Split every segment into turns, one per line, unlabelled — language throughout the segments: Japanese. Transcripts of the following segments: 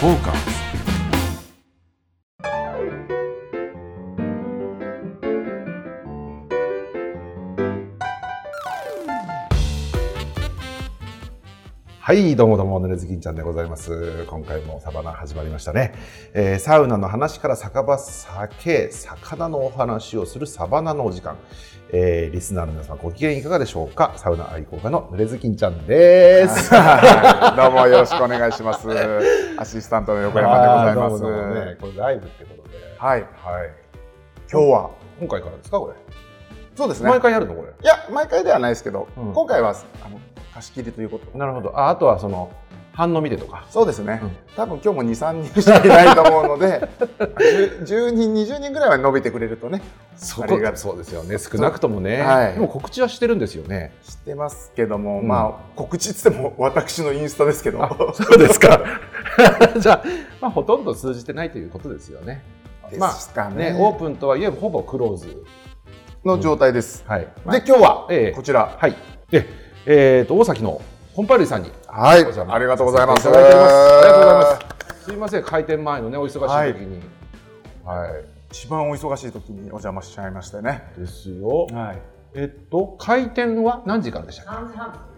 フォーカスはい、どうもどうも、ぬれずきんちゃんでございます。今回もサバナ始まりましたね。えーサウナの話から酒場、酒、魚のお話をするサバナのお時間。えーリスナーの皆様ご機嫌いかがでしょうかサウナ愛好家のぬれずきんちゃんです。
はいどうもよろしくお願いします。アシスタントの横山でござ
あー
います。
どうもどうもね、これライブってことで。
は
は
い、
い。
今日は
今回からですかこれ、
そうですね。
毎
い
回やるのこれ。
や毎回ではないですけど、
うん
今回はあの貸し切りということ。
なるほど。あ、あとはその反応見てとか。
そうですね。
うん
多分今日も2、3人しかいないと思うので、10人、20人ぐらいは伸びてくれるとね、
そ
ありがとう
そうですよね。少なくともね。
はい
でも告知はしてるんですよね。
知ってますけども、
うん
まあ告知っつっても私のインスタですけど、
あそうですか。 じゃあ、まあ、ほとんど通じてないということですよね。
で
まあ
すかね
ね、オープンとはいえほぼクローズ。
の状態です。
はい。
で今日は
ええ
こちら、
はい。で、えっ、と大崎のコンパルイさんに
はい、
お邪魔
ありがとうございます。
させていただいてますありがとうございます。すいません、開店前のねお忙しい時に。はい
一番お忙しい時にお邪魔しちゃいましてね。
ですよ。
はい。
えっと開店は何時からでしたっ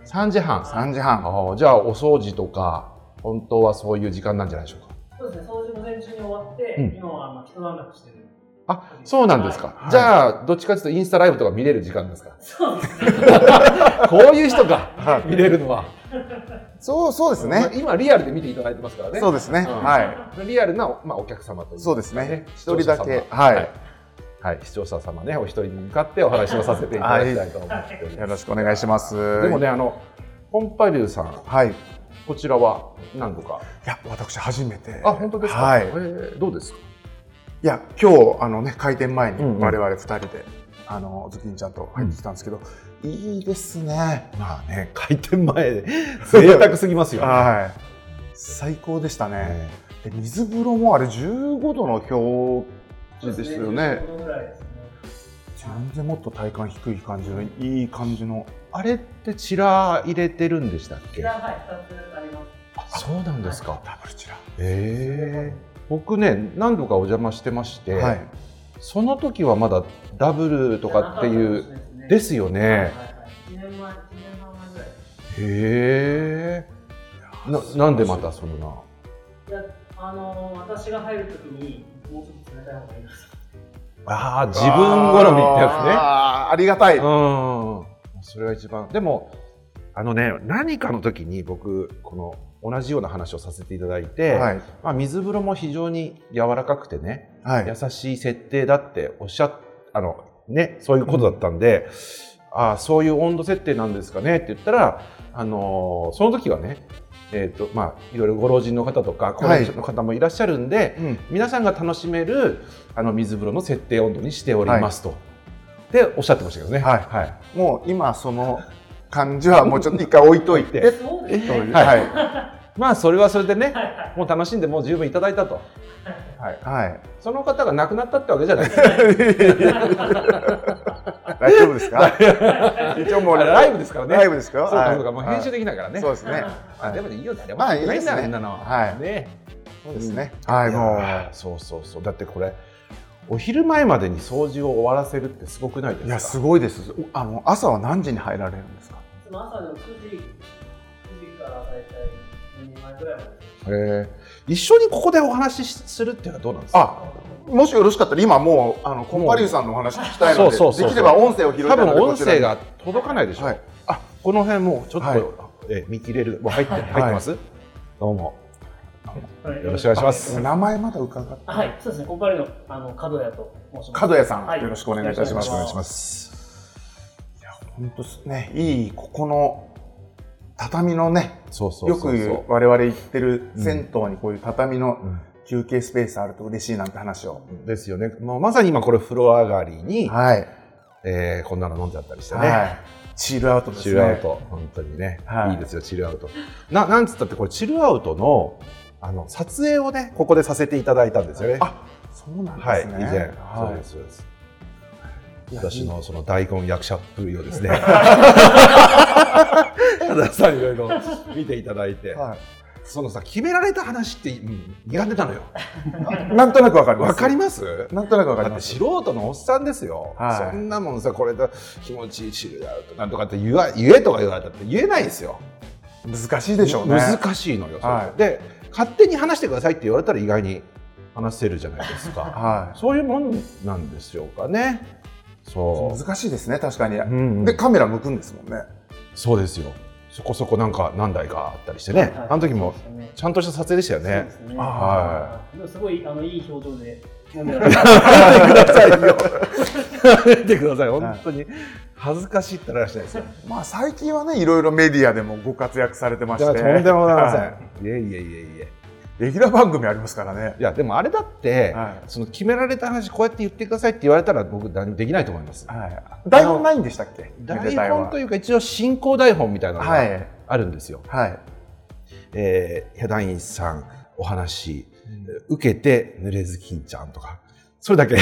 け？3時半。3時半。
三時半。
ああじゃあお掃除とか本当はそういう時間なんじゃないでしょうか。
そうですね、掃除午前中に終わって、
うん
今はまあ一段落してる。
あ、そうなんですか。
い
じゃあどっちかというとインスタライブとか見れる時間ですか。
そうですね。
こういう人が見れるのは、
そうそうです
まあ
ね。
今リアルで見ていただいてますからね。
そうですね。
うん
は
リアルな、まあ、お客様というか、
い。そうですね。一
視聴
人
者様
だけ。は
はい、視聴者様ね、お一人に向かってお話をさせていただきたいと思っており
い。
ま
よ
す。
ろしくお願いします。
でもね、あの、コンパビューさん、
はい。い
こちらは何度か。
や、私初めて。
あ、本当ですか。
はい。
え
い
ーどうですか。
や、今日あのね開店前に
うんうん
我々二人であのズッキンちゃんと入ってきたんですけど、いいですね。
まあね、開店前で贅沢すぎますよ、ね。
はい。最高でしたね。
え
で水風呂もあれ15度の表示ですよね。
15度ぐらいですね。
全然もっと体感低い感じのいい感じ
ー
の
あれってチラ入れてるんでしたっ
こち
け。
ら
あ
はい、二つあります。
そうなんですか。
ダブルチラ
ええ僕ね、何度かお邪魔してまして、
はい
その時はまだダブルとかっていう。
う
ですよ
ね。はいはい。
ね
はい、1年前、一年半前ぐらい。
へえ。な、なんでまたそんな。
いや、あのー、私が入るときに、もうちょっと冷たい方がいいです。
ああ、自分好みってや
あーありがたい
つね。うん。それが一番。でも、あのね、何かの時に僕、この、同じような話をさせていただいて、
はい
まあ、水風呂も非常に柔らかくてね、
はい
優しい設定だっておっしゃっあの、ね、そういうことだったんで、ああ、そういう温度設定なんですかねって言ったら、あのーその時はね、えっ、と、まあ、いろいろご老人の方とか、高齢者の方もいらっしゃるんで、
うん
皆さんが楽しめるあの水風呂の設定温度にしておりますと、でおっしゃってましたけどね。
はい
はい
もう今その感じはもうちょっと一回置いといて
え
そうです
と
ね。
いう
はい
はい
まあそれはそれでね、
はいはい。
もう楽しんでもう十分いただいたと。はい。
はい
その方が亡くなったってわけ じゃないです。
大丈夫ですか 一応もう
ライブですからね。
ライブです
そ
か
うかそうか、もう
はい
編集できないからね。
そうですね
あでもいいよ誰も
まあ
悪くないんだ
いいですね
あんなの。
はい
ね。
そうですねはいも
やーそうそうそう。だってこれお昼前までに掃除を終わらせるってすごくないです
う
か。
いやすごいですあの朝は何時に入られるんですか
いつも朝の9時、9時から大体2年前ぐらいまで。
へー一緒にここでお話しするっていうのはどうなんですか。
あもしよろしかったら今もうあのコンパリューさんのお話聞きたいの
そう
で
そうそうそう
できれば音声を拾い
多
たいの
分
で
音声
こ
が届かないでし
ち
ょ、
らにはい
あこの辺もうちょっと、
はい
え見切れるもう入って,、入ってますどうも
はい
よろしくお願いします
名前まだ伺って
はい、そうですね、コンパリの、あの、角谷と申します。
角谷さん、
はい
よろしくお願いいたします。。
よろしくお願いします
いや、本当ですね、いいここの畳のね、
そうそう
よ
そうそう
く我々行ってる銭湯にこういう畳
う
の
ん
休憩スペースあると嬉しいなんて話を。
ですよねもうまさに今これ風呂上がりに、
はい、
えーこんなの飲んじゃったりしてね、
はい、チルアウトです
チ
ね。
ルアウト、本当にね、
はい
い、いですよチルアウトななんつったってこれチルアウトのあの撮影をねここでさせていただいたんですよね
あ、そうなん
はい
で
以
すね。
前、そうですそうです私のその大根役者っぷりを ですね、 たださんいろいろ見ていただいて、
はい。
そのさ決められた話って、うん、苦手なのよ
なんとなくわかります。
わかります
なんとなくわか
だ
り
っ
ま
て
す。
素人のおっさんですよ、
はい
そんなもんさこれだ気持ちいいしなんとかって言わ言えとか言われたって言えないですよ
難しいでしょうね。
難しいのよ、それ
はい
で勝手に話してくださいって言われたら意外に話せるじゃないです か
は
そういうもんなんでしょうかねそ
い。難しいですね、確かに。
う、うん
で、カメラ向くんですもんね。
そうですよそこそこなんか何台かあったりしてね、あの時もちゃんとした撮影でしたよ
そうで
ね
すね。
は
でもすごいあのいい表情 で飲んでら
やめてくださいよやめてください本当に恥ずかしいったらしいですよ
まあ、最近はね、いろいろメディアでもご活躍されてまして。
いやとんでもございません、、
はい
え いえいえいえ
いレギュラー番組ありますからね。
いやでもあれだって、
はい
その決められた話こうやって言ってくださいって言われたら僕何もできないと思います
はい。台本ないんでしたっけ。
台本と
い
い
う。
うか一応進行台本みたいなの
は
が
い。
あるんですよ、
はい。
えーヒャダインさんお話受けて濡れずきんちゃんとかそれ だけ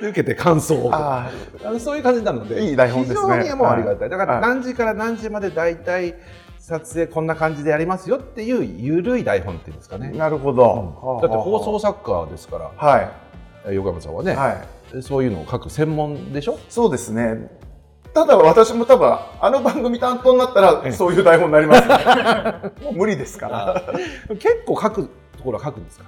受けて感想を
あ
あのそういう感じなので
いい台本ですね
非常にもうありがたい、だから
はい
何時から何時まで大体撮影こんな感じでやりますよっていう緩い台本っていうんですか
あ、
ね、
なるほど。
だって放送作家ですから
はい。
えー横山さんはね、
はい。
そういうのを書く専門でしょ
そうですね。ただ私も多分あの番組担当になったらそういう台本になります、 もう無理ですから。
結構書くところは書くんですか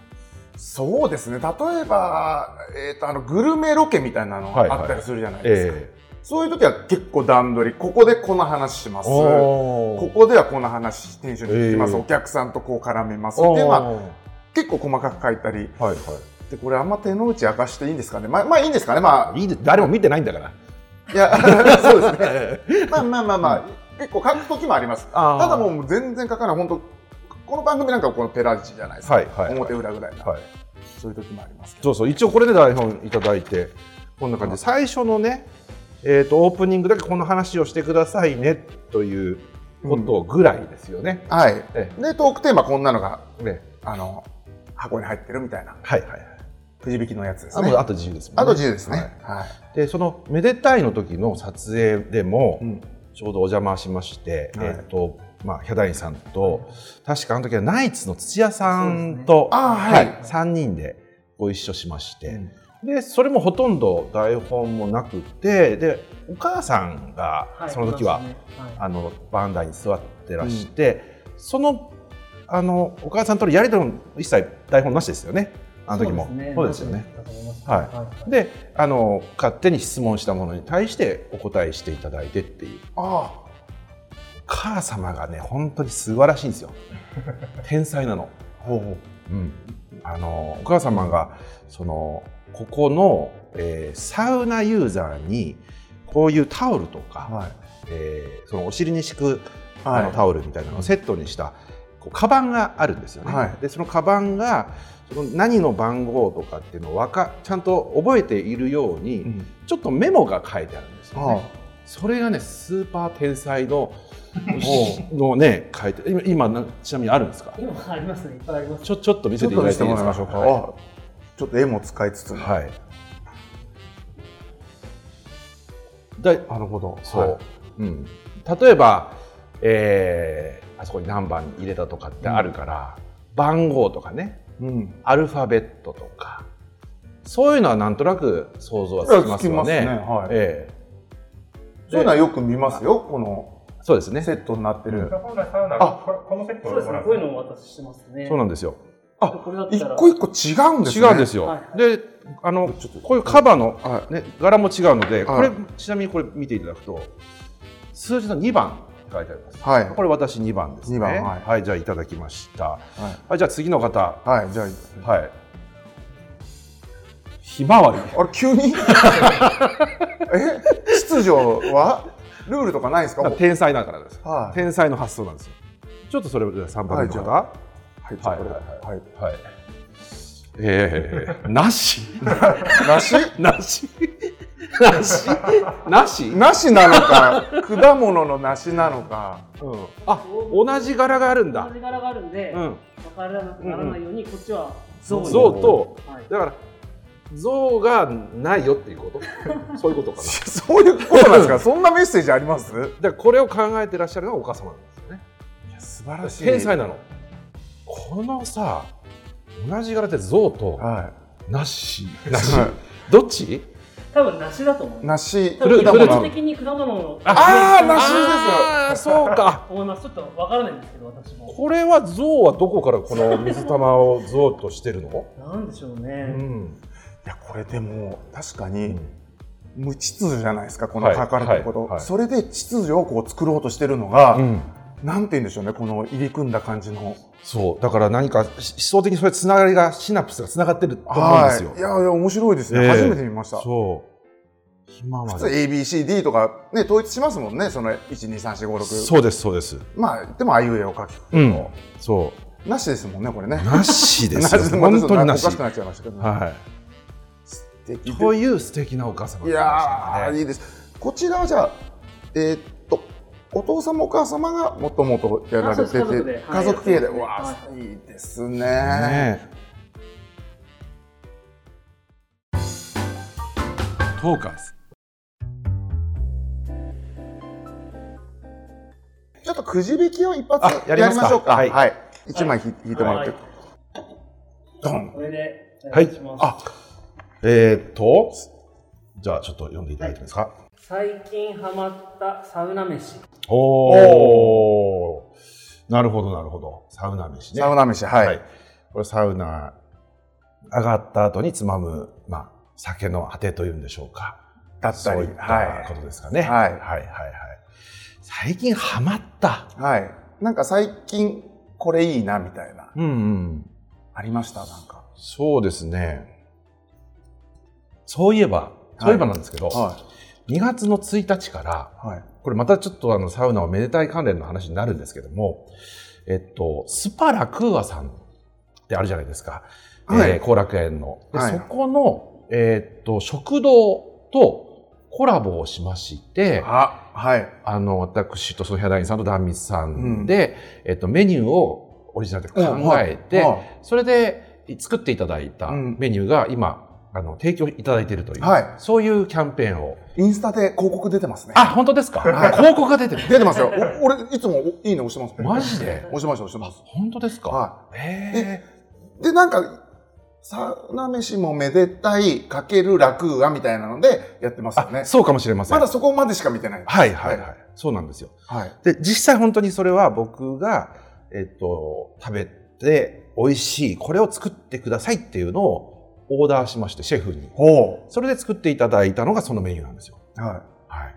そうですね。例えば、えっ、と、あの、グルメロケみたいなの
はいはい
あったりするじゃないですか。
え
そういう時は結構段取り、ここでこの話します。こ
お
こではこの話、店主に聞きます、
ええ
お客さんとこう絡めます。
お
で、まあ、
は
結構細かく書いたり。
いはい
で、これあんま手の内明かしていいんですかね。まあ、まあいいんですかね。まあ、
いいで誰も見てないんだから
いや、そうですね。 まあまあまあまあ、結構書く時もあります。
あ
ただもう全然書かない、本当、この番組なんかはこのペラジじゃないですか、
はいはいはい
表裏ぐらいな、
はい
そういう時もありますけど、
そうそう一応これで台本いただいてこんな感じで最初のねえー、とオープニングだけこの話をしてくださいねということぐらいですよね。
はい、
え
で、トークテーマ、こんなのが
えね
あの箱に入ってるみたいな、
はいはいはい。
くじ引きのやつです
あ
ね、
とあと自由ですもんね。
あと自由ですね、
は
はいい
でそのめでたいの時の撮影でも、
うん
ちょうどお邪魔しまして、
はい
えっ、とまあヒャダインさんと確かあの時はナイツの土屋さんと、
あー
は
はいい
三人でご一緒しまして、
うん
でそれもほとんど台本もなくてでお母さんがその時は、あのバンダイに座ってらして、そのあのお母さんとのやり取りも一切台本なしですよねあの時もそうですよね。。はい
はい
であの勝手に質問したものに対してお答えしていただいてっていう
あ
お母様がね本当に素晴らしいんです よ天才なの、
あ、ほうほう
うん、あのお母様がそのここの、えーサウナユーザーにこういうタオルとか、
はい、
えーそのお尻に敷くあ
は
の
い、
タオルみたいなのをセットにしたこうカバンがあるんですよね。
はい
でそのカバンがその何の番号とかっていうのをわかちゃんと覚えているように、
うん
ちょっとメモが書いてあるんですよね。
あ
それがねスーパー天才 の
あ
のね書いて今今なちなみにあるんですか。
今ありますね。いっぱいあります。
ちょちょっと見
ち
せ
ょって
いただ
と見
い
せ
て
て
いい
も
で
ら
す
い
か。
ましょうか、
はい
あちょっと絵も使いつつの、
はい。だい
なるほど、
そう、
はい
うん、例えば、えーあそこに何番入れたとかってあるから、番号とかね
うん、
アルファベットとかそういうのはなんとなく想像はつきますよね。
はい
え
そういうのはよく見ますよ、この
えそうですね。
セットになってる、
本来サウナ
あ
これこのセット
そう
で
です
も
ね
ら。う
こういうのをお渡ししてますね。
そうなんですよ。
これだった
一
ら
個一個違うんです
違
ね
うんですよ。
はい
で、あのこういうカバーの、ね、柄も違うので、
い
これちなみにこれ見ていただくと数字の2番って書いてあります。
はい
これ私2番ですね。
二番はい
じゃあいただきました。
は
はい、じゃあ次の方。
い、はい、じゃあ
はい。ひまわり。
あれ急に え秩序はルールとかないんですか
だから天才だからです。
はい
天才の発想なんですよ。ちょっとそれ3番目の方。
は
は
はいじゃあこれ
はい
はい
い。えー、なし。
なし
なし。なし。なし。
なしなのか 果物のなしなのか
うん、あ同じ柄があるんだ
同、じ柄があるんで、
う
分
ん、
からなくならないように、こっちは
象
に
と
はい
だから象がないよっていうこと そういうことかなだか
そういうことなんですかそんなメッセージあります
らこれを考えてらっしゃるのがお母様なんですよねいや素晴らしい
天才なの
このさ同じ柄で象と
は
な し
梨
どっち
多分梨だと思う。
梨
多分
フルーツ
果物的に果物の
あー梨
あーそうか
思います。ちょっとわからないんですけど、私も。
これは象はどこからこの水玉を象としてるの、
なんでしょう
う
ね。
ん
いやこれでも確かに無秩序じゃないですかこの
はい
書かれてること、
はいはい
それで秩序をこう作ろうとしてるのが、
うん、
なんて言うんでしょうねこの入り組んだ感じの
そうだから何か思想的にそういうつながりがシナプスがつながってると思うん
は
ですよ
い、いやいや面白いですね、
ええ
初めて見ました
そう今ま
普通
で
ABCD とかね統一しますもんねその123456
そうですそうです
まあでもあいうえお書き
うんそ
なしですもんねこれ
う
ね
なし ですよ
また
本当にな
お
し
かしくなっちゃいましたけど、ね
は
素敵
い
で
という素敵なお母様
い
で
やー、いいです。こちらはじゃあ、えーっと、お父様お母様がもともとやられてて、
あそうです
家
家
族
族
経営
で
で、
はいう
わ
は
ー、いいですね
したねねトーカーズ
ちょっとくじ引きを一発
あ
や
や
り
りま
ま
す
し
か
ょうか。は。
はいい
一枚ひ引いてもらって、
はい
ドン。
これで、お
はい
願します
あえーっとじゃあちょっと読んでいただいてもいいですか、
最近ハマったサウナ飯。
おおなるほどなるほどサウナ飯ね
サウナ飯、はい。
はいこれサウナ上がった後につまむ、まあ、酒のあてというんでしょうか
だった
そうい
り、
ったこ
は
とですかね、
は
はい
い
はいはい最近ハマった
い。はい。なんか最近、これいいな、みたいな。
うんうん
ありましたなんか。
そうですねそういえばそういえばなんですけど、
は
2月の1日から
い。はい。
これまたちょっとあのサウナをめでたい関連の話になるんですけどもえっとスパラクーアさんってあるじゃないですか後、
はい
えー後楽園の。で
はい
そこの、えーっと食堂とコラボをしまして、
あ、はい。
あの私とソフィアダインさんと壇蜜さんで、えっとメニューをオリジナルで考えて、
はい
それで作っていただいた
うん
メニューが今、あの提供いただいているという、
はい
そういうキャンペーンを。
インスタで広告出てますね。
あ、本当ですか、
はい
広告が出てる。
出てますよ。お俺、いつもおいいね押してます。
マジで
押してます、押してます。
本当ですか、
は
へ
い。で、なんか、サウナ飯もめでたい、かける楽はみたいなのでやってますよ
ー
ね
あ。そうかもしれません。
まだそこまでしか見てない。
はいはい
は
はいい。そうなんですよ。
はい。
で、実際本当にそれは僕が、えっと、食べて美味しい、これを作ってくださいっていうのをオーダーしまして、シェフに。
ほ
それで作っていただいたのがそのメニューなんですよ。
う。は
はい。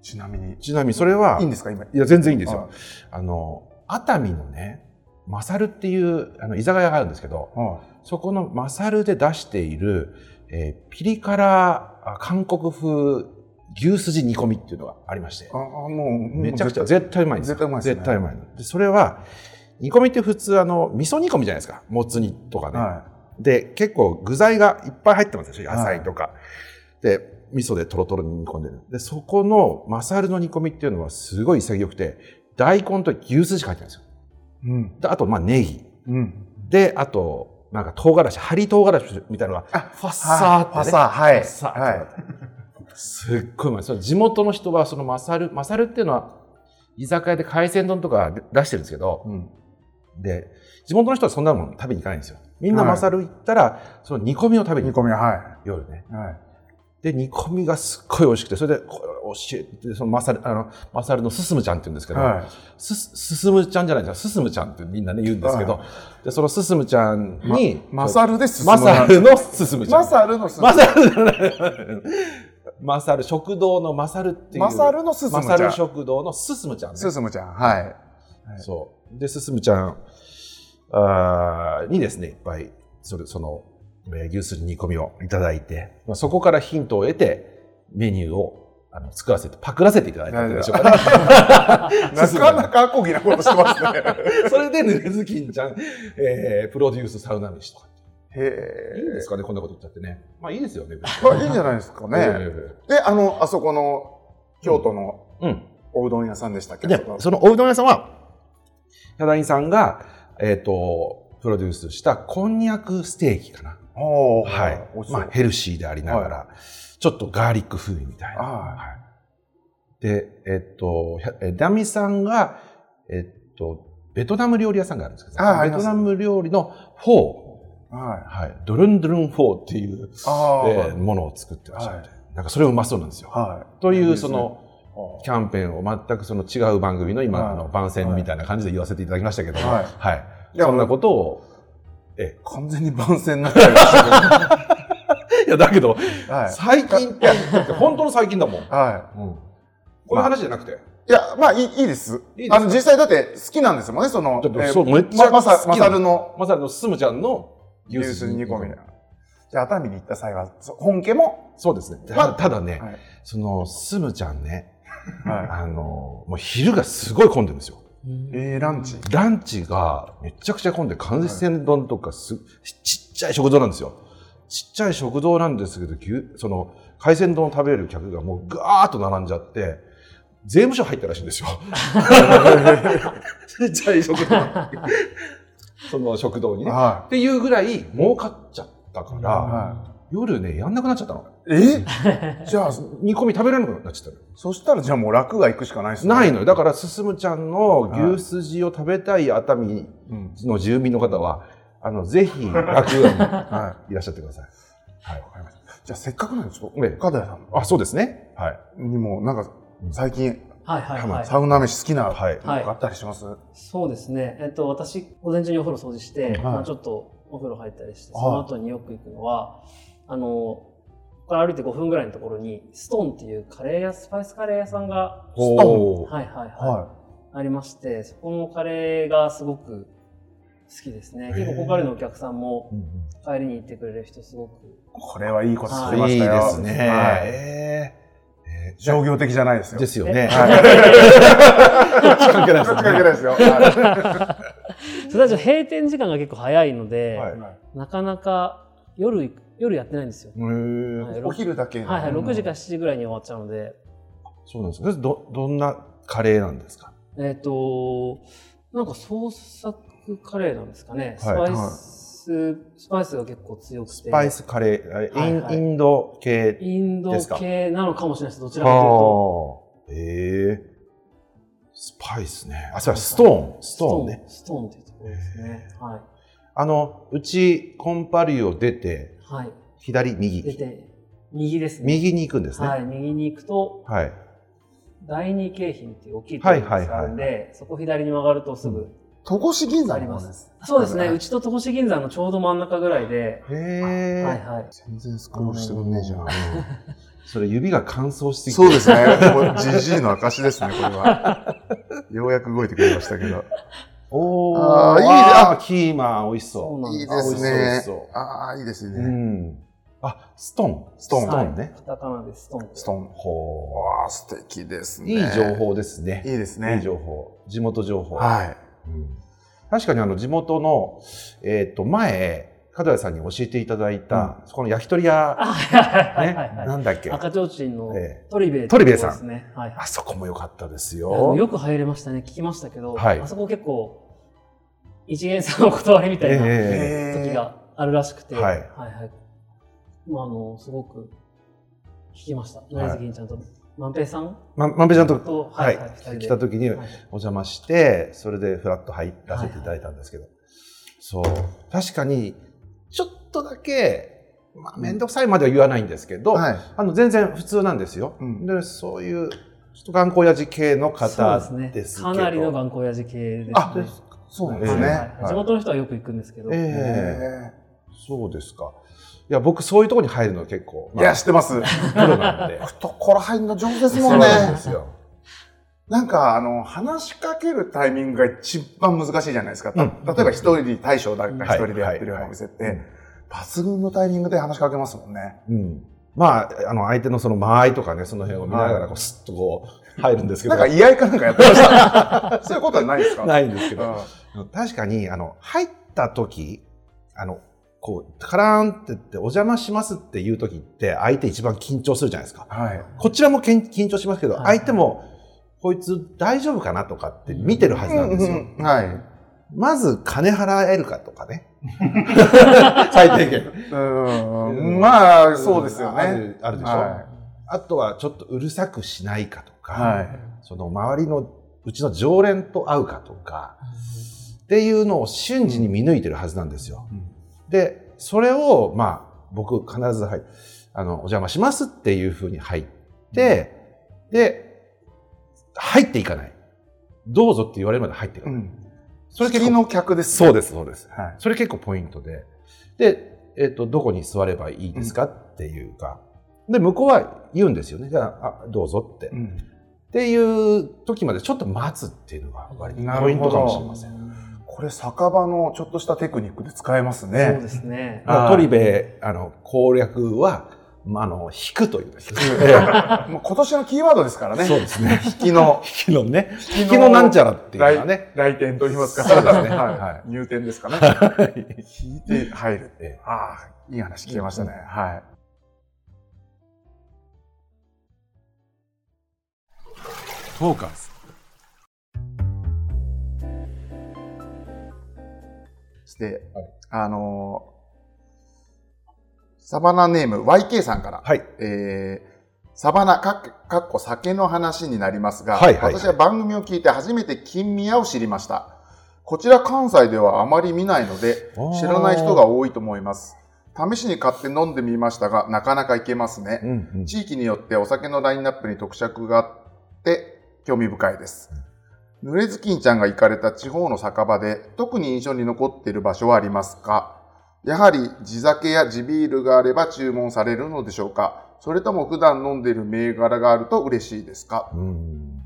い。ちなみに、
ちなみにそれは、
いいんですか、今。い
いや、全然いいんですよ。。あの、熱海のね、マサルっていうあの居酒屋があるんですけど、
は
そこのマサルで出している、えーピリ辛あ韓国風牛すじ煮込みっていうのがありまして
い。あ、あもう、
めちゃくちゃ
絶
絶対うまいんですよ
絶対うまいですね
絶対うまいのでそれは煮込みって普通あの味噌煮込みじゃないですかもつ煮とか
対
ね、
は
で結構具材がいっぱい入ってますでしょ
はい
野菜とか、で味噌でとろとろに煮込んでるでそこのマサルの煮込みっていうのはすごい潔くて大根と牛すじが入ってるんですよ
い。うん。
であとまあネギ
うん。
であとなんか唐辛子針唐辛子みたいなのが
あ、ファッ
サーってね
ファッサー、はい。
ファッサー
はい。
すっごいうまい。その地元の人は、そのマサル、マサルっていうのは、居酒屋で海鮮丼とか出してるんですけど、
うん
で、地元の人はそんなもん食べに行かないんですよ。みんな
はい
マサル行ったら、その煮込みを食べに
煮
行く。
込みは、は
夜ね。
い。はい。
で、煮込みがすっごい美味しくて、それで、これ教えて、そのマサル、あの、マサルのすすむちゃんって言うんですけど、
は
す、すすむちゃんじゃないですか、すすむちゃんってみんなね、言うんですけど、
は
で、そのすすむちゃんに、
い。マサルです。
マサルのすすむちゃん。
マサルのす
マサル、マサル、食堂のマサルっていう。
マサルのすすむ
マ
ち
サ
ゃ
ル
ん。
食堂のすすむちゃんね。
すすむちゃん。はい。
そう。で、すすむちゃんあーにですね、いっぱい、それ、その、えー牛すじ煮込みをいただいて、まあ、そこからヒントを得て、メニューをあの作らせて、パクらせていただいたんでしょうかね。
なかなかアコギなことしてますね。
それで、ぬれずきんちゃん、えープロデュースサウナ飯とか。いいん
へ
ですかね、こんなこと言っちゃってね。まあいいですよね。別に
え。あいいんじゃないですかね。で、あの、あそこの京都の
うん。
おうどん屋さんでしたっけ
で
そこ、
そのおうどん屋さんは、ヒャダインさんが、えっ、と、プロデュースしたこんにゃくステーキかな。
おー
はい
美味。しそ
まあ、
う。
ヘルシーでありながら、ちょっとガーリック風味みたいな。
はい
で、えっ、と、ひゃえダミさんが、えっ、と、ベトナム料理屋さんがあるんですけど、
ああり
ベ
ま
ト
す
ナム料理のフォ
はい
ー、。はい、ドルンドゥルンフォーっていう、
ああー、
えーものを作ってらっしゃって、
は
なんかそれうまそうなんですよ。
はい。
と
い
い
いうです
そ
ね
のキャンペーンを全くその違う番組の今、
はい
あの番宣みたいな感じで言わせていただきましたけども、は
はいい、いや
そんなことを。
完全に番宣になっちゃいました
いやだけど、
け ど。はい。
最近って、だって本当の最近だもん。
は
この話じゃなくて。
い。いや、まあ、いいいいです。
いいですか
あの、実際だって好きなんですもんね、その、
だって
えー
そうめっちゃ
ままさ、
好
ま
きな
さ
の
るの
まさにのすむちゃんの
ニュース煮込み
な
な。じゃあ、熱海に行った際は、そ本家も、
そうですね。
ま
たただね、
はい
そのすむちゃんね、
は
あのもう昼がすごい混んでるんですよ。
い。えー、ランチ。
ランチがめちゃくちゃ混んで、海鮮丼とかす、ちっちゃい食堂なんですよ。ちっちゃい食堂なんですけど、ぎゅその海鮮丼を食べる客がもうガーッと並んじゃって、税務署入ったらしいんです よ。ちっちゃい食堂。その食堂にね。
は
っていうぐらい儲かっちゃったから、
は
夜ね、やんなくなっちゃったの。
い。 えじゃあ、
煮込み食べられなくなっちゃったの。
そしたらじゃあもう楽が行くしかないですね。
ないのよ。だから、すすむちゃんの牛すじを食べたい熱海
うん。
の住民の方は、あの、ぜひ、楽園
は
にいらっしゃってください。はい。
い。わかりました。じゃあせっかくなんで、ちょっと、
ええ
岡田さん
あ、そうですね。はい。
にも、なんか、最近、
はいはいはい。
サウナ飯好きな、
はい
なんかあったりしますは
そうですね。えっと、私、午前中にお風呂掃除して、まあ、ちょっとお風呂入ったりして、その後によく行くのは、あの、ここから歩いて5分ぐらいのところに、ストーンっていうカレーやスパイスカレー屋さんが、
ストン
おー
はいはいはい、
い。
ありまして、そこのカレーがすごく好きですね。結構、ここからのお客さんも
うんうん
帰りに行ってくれる人すごく。
これはいいこと
あ
さ
ー
れま
い
し
い
たよ。
ですね。
はい。
え
商業的じゃないです
ー
よ。
ですよね。
はい。
関係ないです
関
よ
係ない
ね。
ですよ。は
それだと閉店時間が結構早いので、
はい
いはい
なかなか夜、夜やってないんですよ。
へー
はい
お昼だけ。
はいはい、6時か7時ぐらいに終わっちゃうので、
そうなんですか。ど、どんなカレーなんですか
えっ、と、なんか創作カレーなんですかね。ス
は
パ
い
イス、スパイスが結構強くて。
スパイスカレー、あイン
はいはい
インド系。
インド
ですか
系なのかもしれないです。どちらかというと。
はあ。ええ。スパイスね。あ、そうやストーン。ストーンね。。
ストーンっていうところですね。はい。
あの、うち、コンパリを出て、
はい。
左、右。
出て、右ですね。
右に行くんですね。
は
はい。
い。右に行くと、
はい。
第二京浜っていう大きい通りがあるんで、
は
そこ左に曲がるとすぐ、
戸越銀座
あ
に
り
も
ま
ね
す。そうですね。
はいう
ちと戸越銀座のちょうど真ん中ぐらいで、
へ
は
え。
いはい。
全然スクロールしてくんねえじゃ ん。
それ指が乾燥してきて
そうですね。これジジイの証ですね、これは。ようやく動いてくれましたけど。
おー
あーいいね
わーキーマン美味し
そう
そ
なん
いい
です。
あ美
です
味
ね
しそう美味し。
ああ、いいです
う。
ね。
ん。あ、ストン。
ストン
ストンね。
カタカナでストーン。
ストーン。
ほ
わあ、素敵です
う。
ね。
いい情。報です
い
ね。
いです
い
ね
い。情報。地元情報。
はい。
うん確かにあの地元の、えっ、と、前、加藤谷さんに教えていただいた、この焼き鳥屋、
あ はい
ね、
はいはいはい。
なんだっけ、
赤ちょうちんの
ええ
トリベイ
トリベイさん
ですね。はいはい
あそこも良かったです
いやでも
よ。
よく入れましたね。聞きましたけど、
はい
あそこ結構、一元さんの断りみたいな
ええ
時があるらしくて、
ええ
は
はい
いはい。まあ、あの、すごく聞きました。成月銀ちゃんと、万平さん
ま、まんべちゃんと、
と、
はい、
二人で
来た時にお
はい
邪魔して、それでフラッと入らせていただいたんですけど、そう、確かに、ちょっとだけ、まあ、めんどくさいまでは言わないんですけど、
はい。
あの全然普通なんですよ。
うん
でそういう、ちょっと頑固親父系の方です
そ
けど。
うですね。かなりの頑固親父系ですね。
あそうなんですね。
は
はい
はい地元の人はよく行くんですけど、
え
い
え
へ
そうですか。いや、僕、そういうところに入るの結構、
ーいや、知ってます。
プロなん で。
懐入るの上手です
そ
も
うんなん
ね
で。すよ。
なんか、あの、話しかけるタイミングが一番難しいじゃないですか。た
うん
例えば一人で大将だか
はい
一人でやってるようなお店っ
はい
て、抜群のタイミングで話しかけますもんね。
うん。まあ、あの、相手のその間合いとかね、その辺を見ながら、
はい
こう、スッとこう、入るんですけ
な
ど
ん、か、居合かなんかやってま した。そういうことはないですか
ないんですけ
う
ど、
ん
確かに、あの、入った時、あの、こう、カラーンって言って、お邪魔しますっていう時って、相手一番緊張するじゃないですか。
はい。
こちらもけん緊張しますけど、
はい
相手も、こいつ大丈夫かなとかって見てるはずなんですよ。
うんうんはい。
まず金払えるかとか ね。最低限。
うんまあ、そうですよ
あ
ね。
るあるでしょ、
は
あとはちょっとうるさくしないかとか、
はい。
その周りのうちの常連と会うかとか、っていうのを瞬時に見抜いてるはずなんですよ。で、それを、まあ、僕必ず入あの、お邪魔しますっていうふうに入って、で、入っていかない。どうぞって言われるまで入っていか
う
ない。
ん。
それ結
月
構、
の客です。
そうです、そうです。
はい。
それ結構ポイントで。で、えっ、と、どこに座ればいいですかっていうか。で、向こうは言うんですよね。じゃあ、あどうぞって。
うん。
っていう時までちょっと待つっていうのが割とポイントかもしれません。
これ酒場のちょっとしたテクニックで使えます
そう
ね。
ですね。
あの
はい
鳥部あの攻略は、まあ、あの引くという、ね、
もう今年のキーワードですからね。
そうですね
引きの
引きのね引きのなんちゃらっていうのはね
来店と言いますか。
そうですね
はい
は
入店ですかね。引いて入る。
ええ
ああ、いい話聞けましたね。はい。
フォーカス
して、
はい
あのーサバナネーム YK さんから、
はい
えーサバナかっかっこ酒の話になりますが、
はいはいはい
私は番組を聞いて初めて金宮を知りました。こちら関西ではあまり見ないので、
あー
知らない人が多いと思います。試しに買って飲んでみましたが、なかなかいけますね。
うんうん
地域によってお酒のラインナップに特色があって興味深いです。濡れずきんちゃんが行かれた地方の酒場で特に印象に残っている場所はありますかやはり地酒や地ビールがあれば注文されるのでしょうかそれとも普段飲んでいる銘柄があると嬉しいですか
うん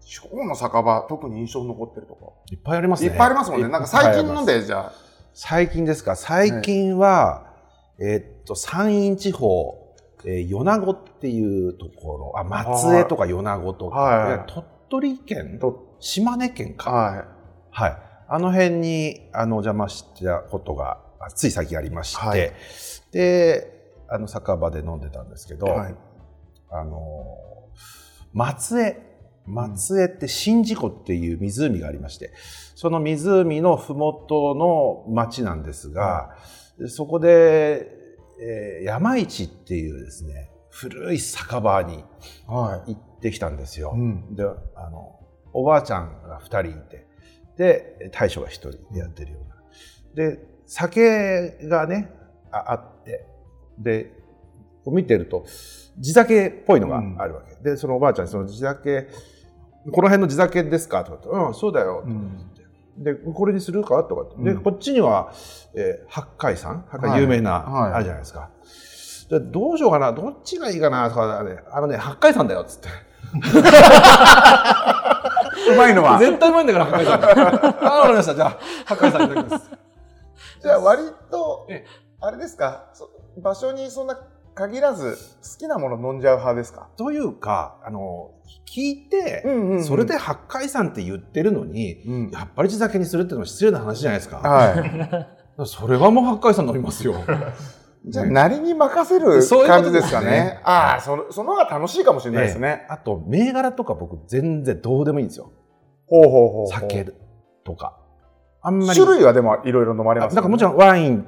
地方の酒場特に印象に残ってるとこ
いっぱいあります
い
ね
っぱいありますもんね。なんか最近飲ん
いっぱいあります
でじゃあ。
最近ですか最近は、えーっと山陰地方、えー米子っていうところあ松江とか米子とか、
はい
いや鳥取県
と
島根県か
は
はい、あの辺にあのお邪魔したことがあつい先ありまして、
はい
であの酒場で飲んでたんですけど、
い。はい。
あの松江松江って宍道湖っていう湖がありましてその湖の麓の町なんですが、そこで、えー山市っていうですね古い酒場に
は
行ってきたんですよ。
い。うん。
であのおばあちゃんが2人いてで大将が1人でやってるようなで酒がねああってでこう見てると地酒っぽいのがあるわけ、でそのおばあちゃんにその地酒この辺の地酒ですかとかってうんそうだよ」とかって、でこれにするかとかってで
うん
こっちには、えー八海山八
はい
海有名な、
はい
あるじゃないですかでどうしようかなどっちがいいかなとかねあのね八海山だよっつって
うまいのは
絶対うまいんだから、博士さん。あ、わかりました。じゃあ、博士さんいただきます。
じゃあ割と
ええ、
あれですか、そ場所にそんな限らず、好きなもの飲んじゃう派ですか
というか、あの、聞いて、
ん
それで、八海山って言ってるのに、
うん、
やっぱり地酒にするってのは失礼な話じゃないですか。
は
それはもう八海山飲みますよ。
い。じゃあ、なりに任せる
そういうこ
感
と
じ
で
ですす
ね
かね。ああ、その、その方が楽しいかもしれないですね。
あと、銘柄とか僕全然どうでもいいんですよ。
ほうほうほうほう。
酒とか。あんまり。
種類はでもいろいろ飲まれ
あ
ます、
なんかもち
ろん。
ろんワイン
は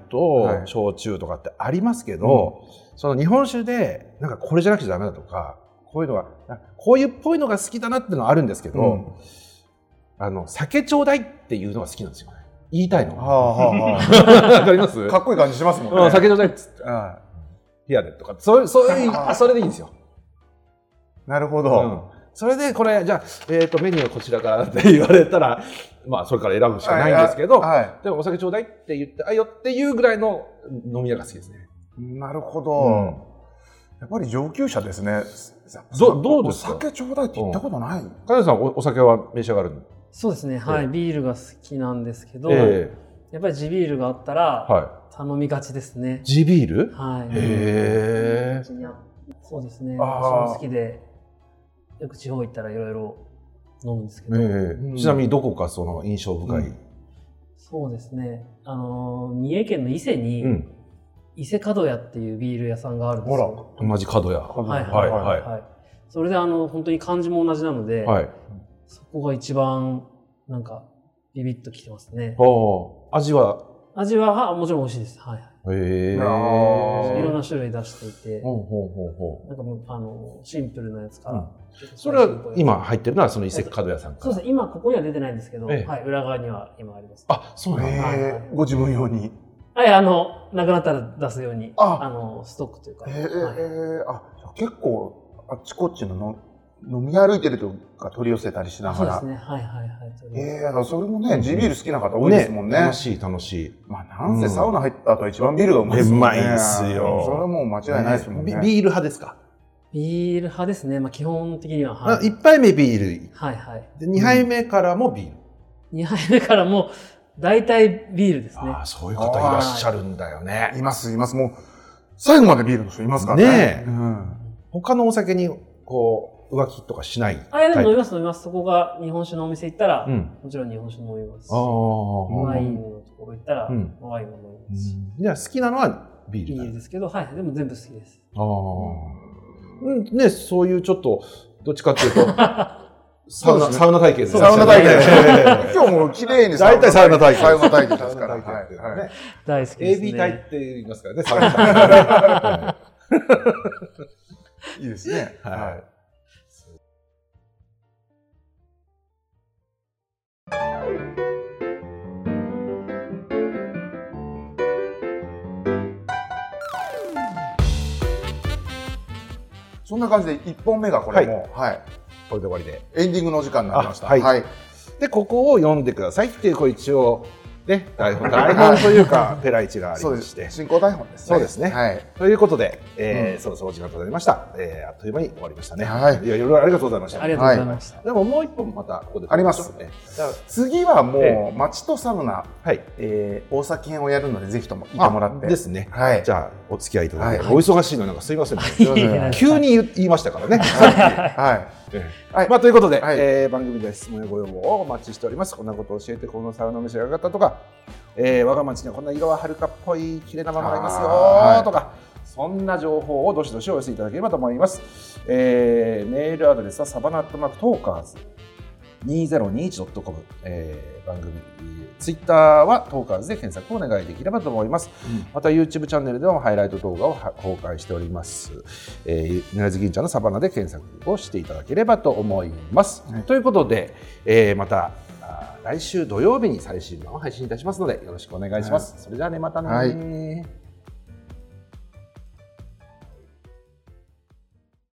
と
い
焼酎とかってありますけど、その日本酒でなんかこれじゃなくちゃダメだとかこういうのがあこういうっぽいのが好きだなっていうのはあるんですけど、
うん
あの酒ちょうだいっていうのが好きなんですよね言いたいの
は
が。
あはあ は
わかります
あ、かっこいい感じしますもん
うん
ね。
酒ちょうだいっつって
は
部屋でとかそういうそういう
あー
それでいいんですよ。
いなるほ
う
ど。
んそれでこれじゃあ、えー、とメニューはこちらからって言われたらまあそれから選ぶしかないんですけど、
は
でもお酒ちょうだいって言ってあよっていうぐらいの飲み屋が好きですね。
い。なるほ
うん
ど。やっぱり上級者ですね。
どどうですか
お酒ちょうだいって言ったことない、
金田さんおお酒は召し上がるん
そ うですね。はい。ビールが好きなんですけど、
え
やっぱり地ビールがあった
え
ら
は
頼みがちですね
い。。地ビール？
は
へ
い。
え。
そうですね。私
あー
も好きで、よく地方行ったらいろいろ飲むんですけど、
うん
ちなみにどこかその印象深い。
そうですね。あのー三重県の伊勢に、
うん。
伊勢門屋っていうビール屋さんがあるんですよ。
同じ角や。
ほ
はい
は
はいい
は
はいい。それであの本当に漢字も同じなので、
はい。
そこが一番なんかビビッときてますね。
おお。味は
味ははもちろん美味しいです。はいは
へえ。
なあ
い。いろん
な。
な種類出していて、
ほうほうほうほう。
なんかもうあのシンプルなやつから、
うんそれは今入ってるのはその遺
えっ
跡
と
角屋さんか
そう
ら。
ですね、今ここには出てないんですけど、
ええ
はい、裏側には今あります。
あ、そうなんだ。
えーご自分用に。
はい、あの、なくなったら出すように、
あ
あの、ストックというか、
えー
はい
えーあ結構あっちこっちのの飲み歩いてるとか取り寄せたりしな
そ
が
うで
ら
す。ね、はいはいはい。とりあえず
ええそれも
う
ね、
ん
地ビール好きな方多いですもんね。
楽しい楽しい。
まあ、なんせサウナ入った後は一番ビールがうまいですもんね。
うまいですよ
それはもう間違いないですもんね。
ビビール派ですか。
ビール派ですね、まあ基本的には、
あ
はい。
一杯目ビール。
はいはい。
で二杯目からもビール。
2杯目からもう、大体ビールですね。
ああ、そういう方いらっしゃるんだよね。
います、います。もう、最後までビールの人いますからね。
ねえ
うん
他のお酒にこう浮気とかしない。
あ、いやでも飲
タイ
みます飲みます。そこが日本酒のお店行ったら、
プうん。
もちろん日本酒飲みますし
ああ。
ワインのところ行ったら、
うん
ワインも飲み
う
ますし、
んじゃあ好きなのはビール
ビ
だ
ールですけど、はい、でも全部好きです。
ああ。うん、ね、そういうちょっと、どっちかっていうと、サウ
そうです
ナ、
ね
サウナ体験ですね
サウナ体験
え え
今日も綺麗に
大体サウナ体験。
サウナ体験ですから。
サウナ体験っていうのはね
はい
大好きです、ね。
AB 体って言いますからね、サウナ体験。
いいですね。。
はい
そんな感じで1本目がこれもう、はい
これで終わりで。
エンディングのお時間になりました。
あはいで、ここを読んでくださいっていう、こう一応、ね、台本、台本というか、ペライチがあり
そう
ま
で
し
す
て
ね。。進行台本ですね。
そうですね
はい。
ということで、えー
うん
そろそろお時間となりました。えーあっという間に終わりましたね。
はい
いや、いろいろありがとうございました。
ありがとうございました。
でももう一本またここで。
あります
ね。じゃあ
次はもう、
え
町とサウナ、
はい。
えー、大崎編をやるので、ぜひとも行ってもらって。
あですね。
はい。
じゃあお付き合いいただいて、
はい
お忙しいのになんかすいません、ね、
すいません
い や
急に言言いましたからね。
はい。
ええ
はい
まあ、ということで、
はい
えー番組では質問やご要望をお待ちしております。こんなことを教えて、このサウナ飯が上がったとか、えー我が町にはこんな色ははるかっぽい綺麗なままがいますよ
あー
とか、そんな情報をどしどしお寄せいただければと思います。えーメールアドレスはサバナットマークトーカーズ 2021.com、えー番組、ツイッターはトーカーズで検索をお願いできればと思います。また YouTube チャンネルでもハイライト動画をは公開しております。えー、奈良津銀ちゃんのサバナで検索をしていただければと思います。
はい
ということで、えーまたあー来週土曜日に最新版を配信いたしますのでよろしくお願いします。それじゃあねまたね
はい